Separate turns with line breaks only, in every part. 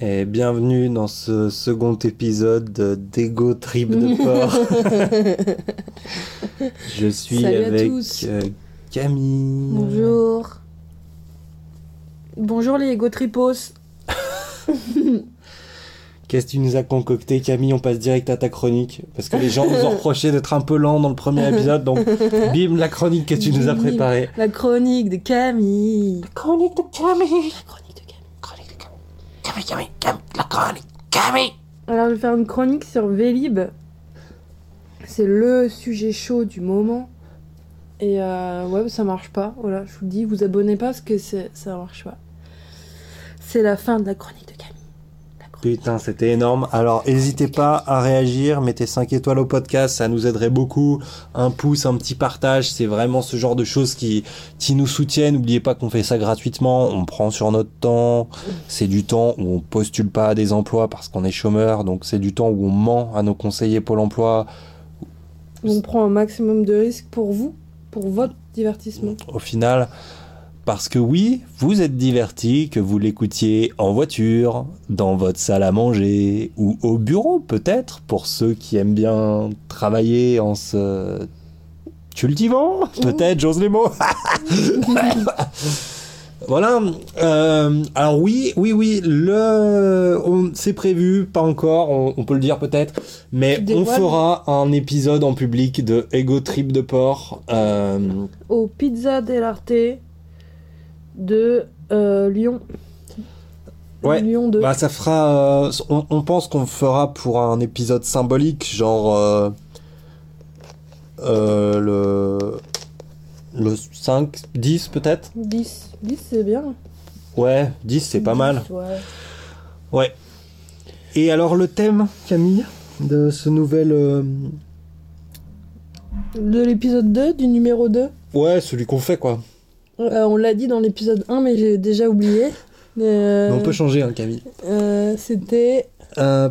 Et bienvenue dans ce second épisode d'Ego Trip de Port. Je suis
Salut à
avec
tous.
euh, Camille.
Bonjour. Bonjour les ego tripos.
Qu'est-ce que tu nous as concocté, Camille On passe direct à ta chronique. Parce que les gens nous ont reproché d'être un peu lent dans le premier épisode. Donc, bim, la chronique que tu nous as
Bim.
préparée.
La chronique de Camille.
Chronique de Camille.
La chronique de Camille.
Chronique de Camille. Camille, Camille, Camille. La chronique. Camille.
Alors je vais faire une chronique sur Vélib. C'est le sujet chaud du moment. Et euh, ouais, ça marche pas. Voilà, je vous le dis, vous abonnez pas parce que c'est- ça marche pas. C'est la fin de la chronique de Camille. La chronique.
Putain, c'était énorme. Alors, n'hésitez pas à réagir. Mettez 5 étoiles au podcast, ça nous aiderait beaucoup. Un pouce, un petit partage, c'est vraiment ce genre de choses qui, qui nous soutiennent. N'oubliez pas qu'on fait ça gratuitement. On prend sur notre temps. C'est du temps où on postule pas à des emplois parce qu'on est chômeur. Donc, c'est du temps où on ment à nos conseillers Pôle emploi.
On prend un maximum de risques pour vous, pour votre divertissement.
Au final, parce que oui, vous êtes divertis, que vous l'écoutiez en voiture, dans votre salle à manger, ou au bureau peut-être, pour ceux qui aiment bien travailler en se cultivant,
Mmh.
peut-être, j'ose les mots. Voilà. euh, alors oui, oui, oui. Le, on- c'est prévu, pas encore. On, on peut le dire peut-être, mais
Tu
on
dévoiles
fera un épisode en public de Ego Trip de Port. euh,
au Pizza dell'Arte de euh, Lyon.
Ouais,
Lyon 2.
Bah, ça fera. euh, on, on pense qu'on fera pour un épisode symbolique, genre. euh, euh, le. Le 5, 10 peut-être
10. 10, c'est bien.
Ouais, 10 c'est pas
10,
mal.
ouais.
Ouais. Et alors le thème, Camille, de ce nouvel. euh,
De l'épisode 2, du numéro 2.
Ouais, celui qu'on fait quoi.
Euh, on l'a dit dans l'épisode 1, mais j'ai déjà oublié. Euh,
Mais on peut changer, hein, Camille.
euh, C'était
Euh,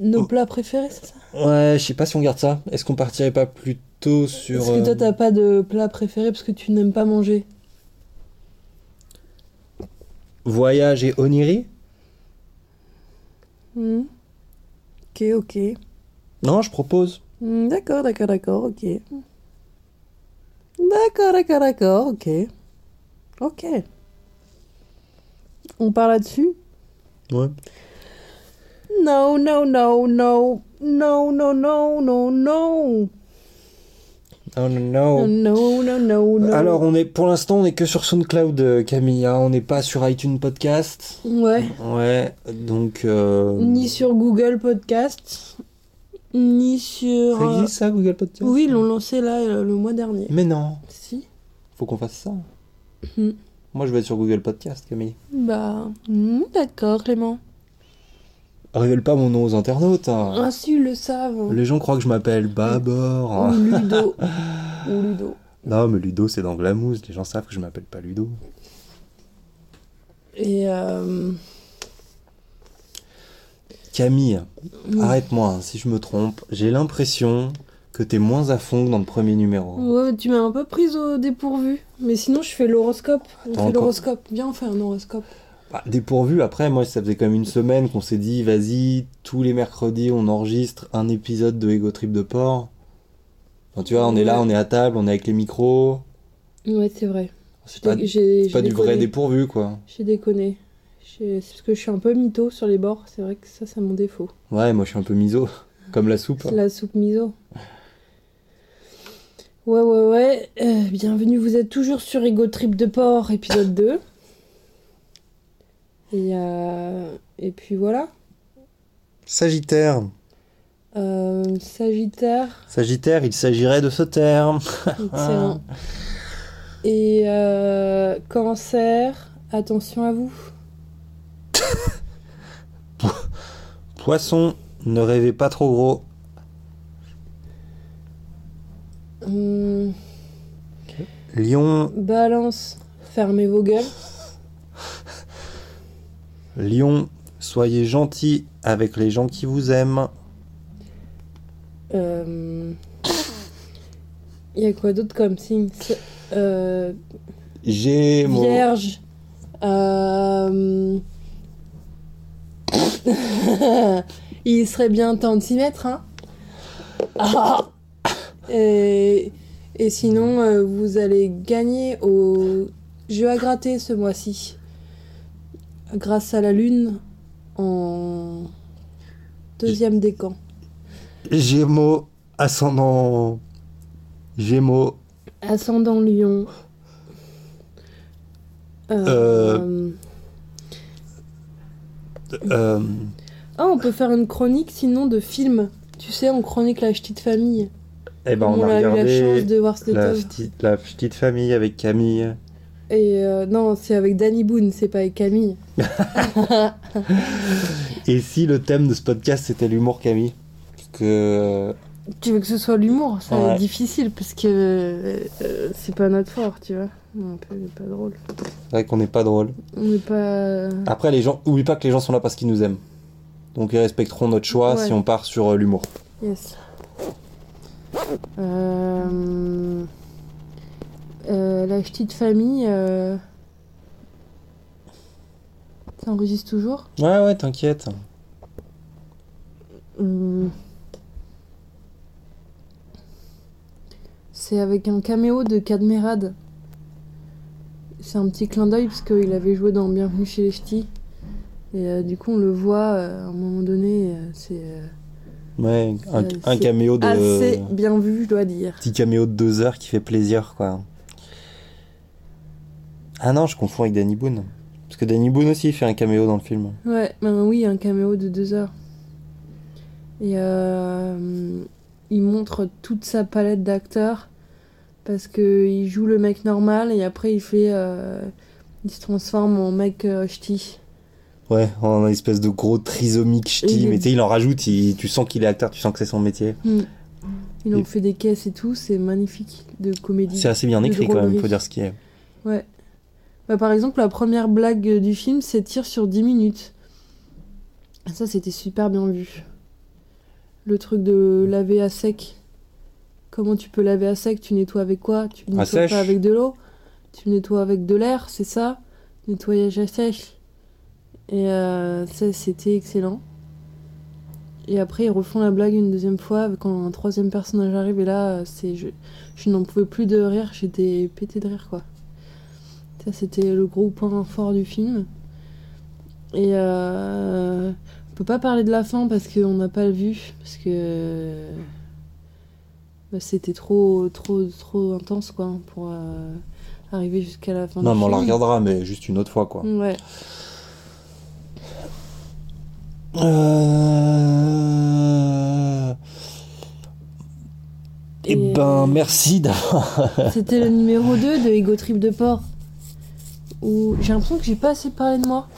nos
Oh.
plats préférés, c'est ça
ouais, je sais pas si on garde ça. Est-ce qu'on partirait pas plutôt sur.
Parce que toi,
euh,
t'as pas de plat préféré parce que tu n'aimes pas manger.
Voyage et Oniri
Hmm. Ok, ok.
Non, je propose.
Hmm, D'accord, d'accord, d'accord, ok. D'accord, d'accord, d'accord, ok. Ok. On parle là-dessus
Ouais.
Non, non, non, non. Non, non, non, non, non.
Oh no.
Non, non, non, non.
Alors, on est, pour l'instant, on est que sur SoundCloud, euh, Camille. hein. On n'est pas sur iTunes Podcast.
Ouais.
Ouais, donc. euh,
Ni sur Google Podcast, ni sur...
Ça existe Hmm. ça, Google
euh,
Podcast
Oui, ils l'ont lancé là euh, le mois dernier.
Mais non,
Si.
faut qu'on fasse ça.
Hmm.
Moi, je vais être sur Google Podcast, Camille.
Bah, hmm, d'accord, Clément.
Révèle pas mon nom aux internautes. hein.
Ah, si, ils le savent.
Les gens croient que je m'appelle Babor.
Ou
hein.
Ludo. Ou Ludo.
Non, mais Ludo, c'est dans Glamouze. Les gens savent que je m'appelle pas Ludo.
Et euh,
Camille,
Oui.
arrête-moi hein, si je me trompe. J'ai l'impression que t'es moins à fond que dans le premier numéro.
ouais, tu m'as un peu prise au dépourvu. Mais sinon, je fais l'horoscope. On
Attends,
fait
Ah, encore.
l'horoscope. Viens, on fait un horoscope.
Bah, dépourvu, après, moi, ça faisait quand même une semaine qu'on s'est dit, vas-y, tous les mercredis, on enregistre un épisode de Ego Trip de Port. Enfin, tu vois, on est là, on est à table, on est avec les micros.
Ouais, c'est vrai.
C'est pas,
J'ai j'ai-
c'est pas
j'ai
du vrai
déconné.
dépourvu, quoi.
J'ai déconné. J'ai- C'est parce que je suis un peu mytho sur les bords. C'est vrai que ça, c'est mon défaut.
Ouais, moi, je suis un peu miso, comme la soupe.
C'est la soupe miso. Ouais, ouais, ouais. Euh, bienvenue, vous êtes toujours sur Ego Trip de Port, épisode 2. Et, euh, et puis voilà.
Sagittaire.
Euh, Sagittaire.
Sagittaire, il s'agirait de se taire.
Excellent. Et euh, cancer, attention à vous.
Poisson, ne rêvez pas trop gros.
Hum,
Lion,
balance, fermez vos gueules.
lion, soyez gentil avec les gens qui vous aiment.
Euh, Il y a quoi d'autre comme signe C'est- euh,
J'ai mon...
Vierge. euh, Il serait bien temps de s'y mettre, hein. Ah. Et, et sinon, euh, vous allez gagner au jeu à gratter ce mois-ci. Grâce à la lune en deuxième décan.
Gémeaux, ascendant. Gémeaux,
Ascendant Lyon. Euh,
Euh. euh,
Ah, on peut faire une chronique sinon de films. Tu sais, on chronique la petite famille.
eh ben,
Comme
on a
eu la chance
regardé
de voir cette
la
œuvre.
petite, la petite famille avec Camille.
Et euh, non, c'est avec Danny Boone, c'est pas avec Camille.
Et si le thème de ce podcast c'était l'humour, Camille Parce que. euh,
Tu veux que ce soit l'humour, ça va
Ouais.
être difficile parce que euh, euh, c'est pas notre fort, tu vois. On est pas drôle.
C'est vrai qu'on n'est pas drôle.
On n'est pas. euh,
Après, les gens, oublie pas que les gens sont là parce qu'ils nous aiment. Donc ils respecteront notre choix
Ouais.
si on part sur euh, l'humour.
Yes. Euh... euh, la petite famille. Euh... Ça enregistre toujours
Ouais, ouais, t'inquiète.
Hum. C'est avec un caméo de Cadmerade. C'est un petit clin d'œil parce qu'il avait joué dans Bienvenue chez les Ch'tis. Et euh, du coup, on le voit euh, à un moment donné. euh, c'est euh,
Ouais, un,
Euh,
un
c'est
caméo de.
assez bien vu, je dois dire.
Petit caméo de deux heures qui fait plaisir, quoi. Ah non, je confonds avec Danny Boone. Parce que Danny Boone aussi il fait un caméo dans le film.
Ouais, ben oui, un caméo de deux heures. Et euh, il montre toute sa palette d'acteurs parce que il joue le mec normal et après il fait, euh, il se transforme en mec euh, ch'ti.
Ouais, en espèce de gros trisomique ch'ti.
Il est-
Mais tu sais, il en rajoute, il- tu sens qu'il est acteur, tu sens que c'est son métier.
Il en
Et-
fait des caisses et tout, c'est magnifique de comédie.
C'est assez bien
de
écrit quand même,
drôlerie.
faut dire ce qu'il est.
Ouais. Bah, par exemple, la première blague du film s'étire sur 10 minutes. Ah, Ça, c'était super bien vu. Le truc de laver à sec. Comment tu peux laver à sec Tu nettoies avec quoi Tu nettoies
sèche.
pas avec de l'eau. Tu nettoies avec de l'air, c'est ça Nettoyage à sèche. Et euh, ça, c'était excellent. Et après, ils refont la blague une deuxième fois quand un troisième personnage arrive. Et là, euh, c'est je, je n'en pouvais plus de rire, j'étais pété de rire, quoi. Ça, c'était le gros point fort du film. Et euh, on peut pas parler de la fin parce qu'on n'a pas le vu, parce que bah, c'était trop, trop, trop intense, quoi, pour euh, arriver jusqu'à la fin
Non,
du
mais on
film.
la regardera, mais juste une autre fois, quoi.
Ouais.
Euh... Eh
Et-
ben, merci d'avoir.
C'était le numéro 2 de Ego Trip de Port. Où j'ai l'impression que j'ai pas assez parlé de moi.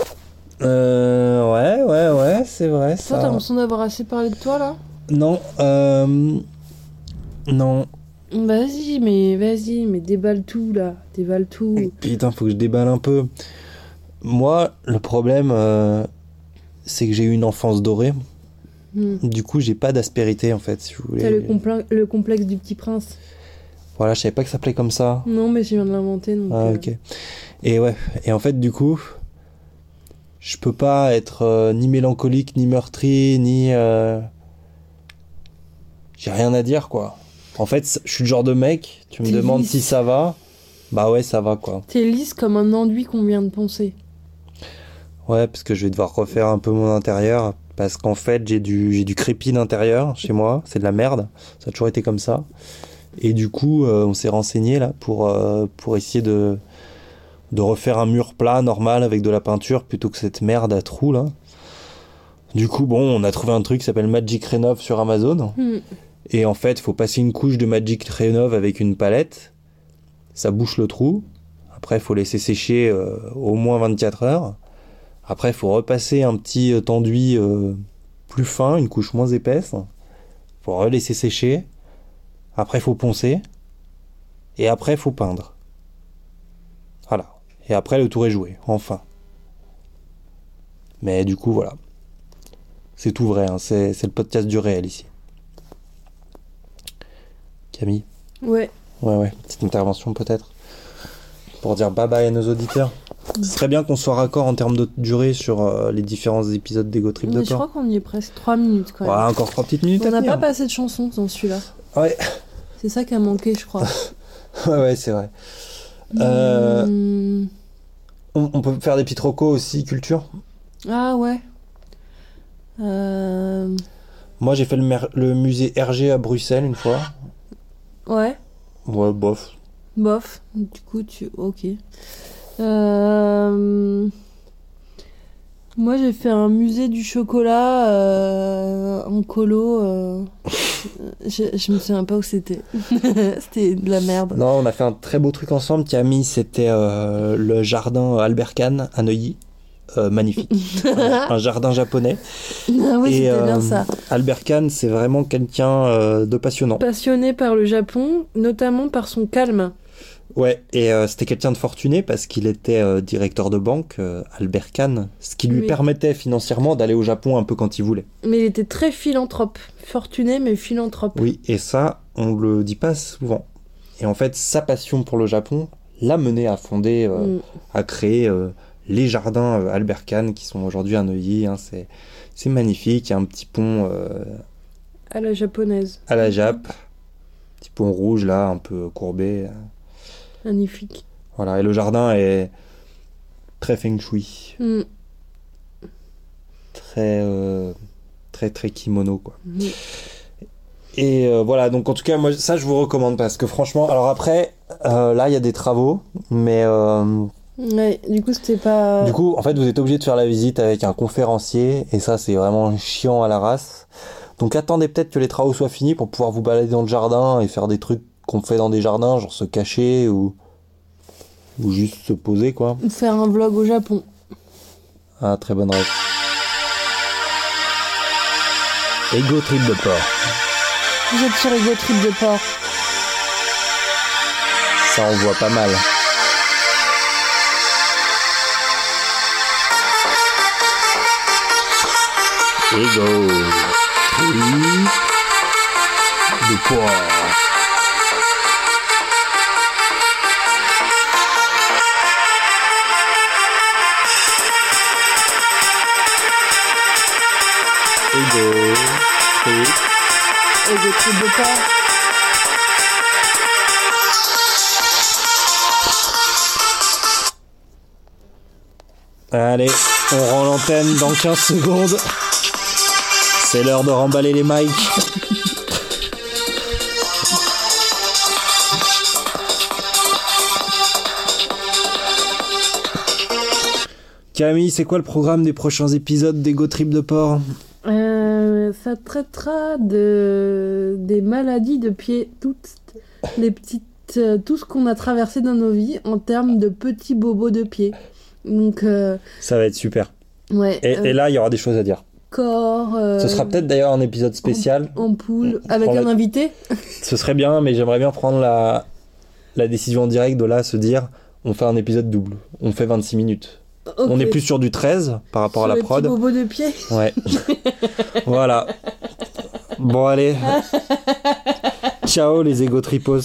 Euh, ouais, ouais, ouais, c'est vrai.
Toi, t'as l'impression d'avoir assez parlé de toi là
Non, euh... Non.
Vas-y, mais vas-y, mais déballe tout là. Déballe tout.
Putain, faut que je déballe un peu. Moi, le problème, euh, c'est que j'ai eu une enfance dorée.
Hmm.
Du coup, j'ai pas d'aspérité, en fait, si vous
T'as
voulez.
le, compla- le complexe du petit prince.
Voilà, je savais pas que ça s'appelait comme ça.
Non, mais je viens de l'inventer donc.
Ah,
euh,
ok. Et ouais, et en fait, du coup, je peux pas être euh, ni mélancolique, ni meurtri, ni. euh, J'ai rien à dire, quoi. En fait, c- je suis le genre de mec, tu me
T'es
demandes
lisse.
si ça va. Bah ouais, ça va, quoi.
T'es lisse comme un enduit qu'on vient de poncer.
Ouais, parce que je vais devoir refaire un peu mon intérieur. Parce qu'en fait, j'ai du, j'ai du crépi d'intérieur chez moi. C'est de la merde. Ça a toujours été comme ça. Et du coup, euh, on s'est renseigné là pour, euh, pour essayer de, de refaire un mur plat, normal, avec de la peinture, plutôt que cette merde à trous là. Du coup, bon, on a trouvé un truc qui s'appelle Magic Renov sur Amazon.
Hmm.
Et en fait, faut passer une couche de Magic Renov avec une palette. Ça bouche le trou. Après, faut laisser sécher euh, au moins 24 heures. Après, faut repasser un petit euh, enduit euh, plus fin, une couche moins épaisse. Faut relaisser sécher. Après, faut poncer. Et après, faut peindre. Voilà. Et après, le tour est joué, enfin. Mais du coup, voilà. C'est tout vrai, hein. c'est c'est le podcast du réel ici. Camille,
Ouais.
ouais, ouais, petite intervention peut-être. Pour dire bye bye à nos auditeurs. Ce serait bien qu'on soit raccord en termes de durée sur euh, les différents épisodes d'Ego Trip de
Mais je
corps.
crois qu'on y est presque 3 minutes quand même.
Voilà, encore trois petites minutes
On
à
n'a
tenir.
pas passé de chanson dans celui-là.
Ouais.
C'est ça qui a manqué, je crois.
Ouais, ouais, c'est vrai. Euh,
Hmm.
On, on peut faire des petits recos aussi, culture.
Ah ouais. Euh,
Moi, j'ai fait le, mer- le musée Hergé à Bruxelles une fois.
Ouais,
Ouais, bof.
bof. Du coup, tu. Ok. Euh, Moi, j'ai fait un musée du chocolat euh, en colo. euh, je, je me souviens pas où c'était. c'était de la merde.
Non, on a fait un très beau truc ensemble, Camille. C'était euh, le jardin Albert Kahn à Neuilly. Euh, magnifique. un jardin japonais.
ah oui,
Et,
c'était
euh,
bien ça.
Albert Kahn, c'est vraiment quelqu'un euh, de passionnant.
Passionné par le Japon, notamment par son calme.
Ouais, et euh, c'était quelqu'un de fortuné parce qu'il était euh, directeur de banque, euh, Albert Kahn, ce qui lui
Oui.
permettait financièrement d'aller au Japon un peu quand il voulait.
Mais il était très philanthrope. Fortuné, mais philanthrope.
Oui, et ça, on le dit pas souvent. Et en fait, sa passion pour le Japon l'a mené à fonder, euh,
Mm.
à créer euh, les jardins euh, Albert Kahn qui sont aujourd'hui à Neuilly. hein, c'est, c'est magnifique, il y a un petit pont euh,
À la japonaise.
à la Jap, petit pont rouge là, un peu courbé.
Magnifique.
Voilà, et le jardin est très feng shui,
Mm.
très, euh, très, très kimono quoi.
Mm.
Et euh, voilà, donc en tout cas, moi, ça, je vous recommande parce que franchement, alors après, euh, là, il y a des travaux, mais euh,
Ouais, du coup, c'était pas.
du coup, en fait, vous êtes obligé de faire la visite avec un conférencier, et ça, c'est vraiment chiant à la race. Donc attendez peut-être que les travaux soient finis pour pouvoir vous balader dans le jardin et faire des trucs qu'on fait dans des jardins, genre se cacher ou, ou juste se poser, quoi.
Faire un vlog au Japon.
Ah, très bonne rêve. Ego trip de porc,
Vous êtes sur Ego Trip de Port.
ça on voit pas mal. Ego trip de porc. Ego trip
Ego Trip de Port.
Allez, on rend l'antenne dans 15 secondes. C'est l'heure de remballer les mics. Camille, c'est quoi le programme des prochains épisodes d'Ego Trip de Port
Euh, ça traitera de... des maladies de pied. Toutes les petites. euh, Tout ce qu'on a traversé dans nos vies en termes de petits bobos de pied. Donc, euh,
Ça va être super.
ouais.
Et,
euh,
et là, il y aura des choses à dire.
corps. euh,
Ce sera peut-être d'ailleurs un épisode spécial.
En poule, avec
On
un
va-
invité.
Ce serait bien, mais j'aimerais bien prendre la, la décision en direct de là se dire on fait un épisode double. On fait 26 minutes. On est plus sur du 13 par rapport à la prod.
bobo de pied.
Ouais. voilà. Bon, allez. Ciao les égotripos.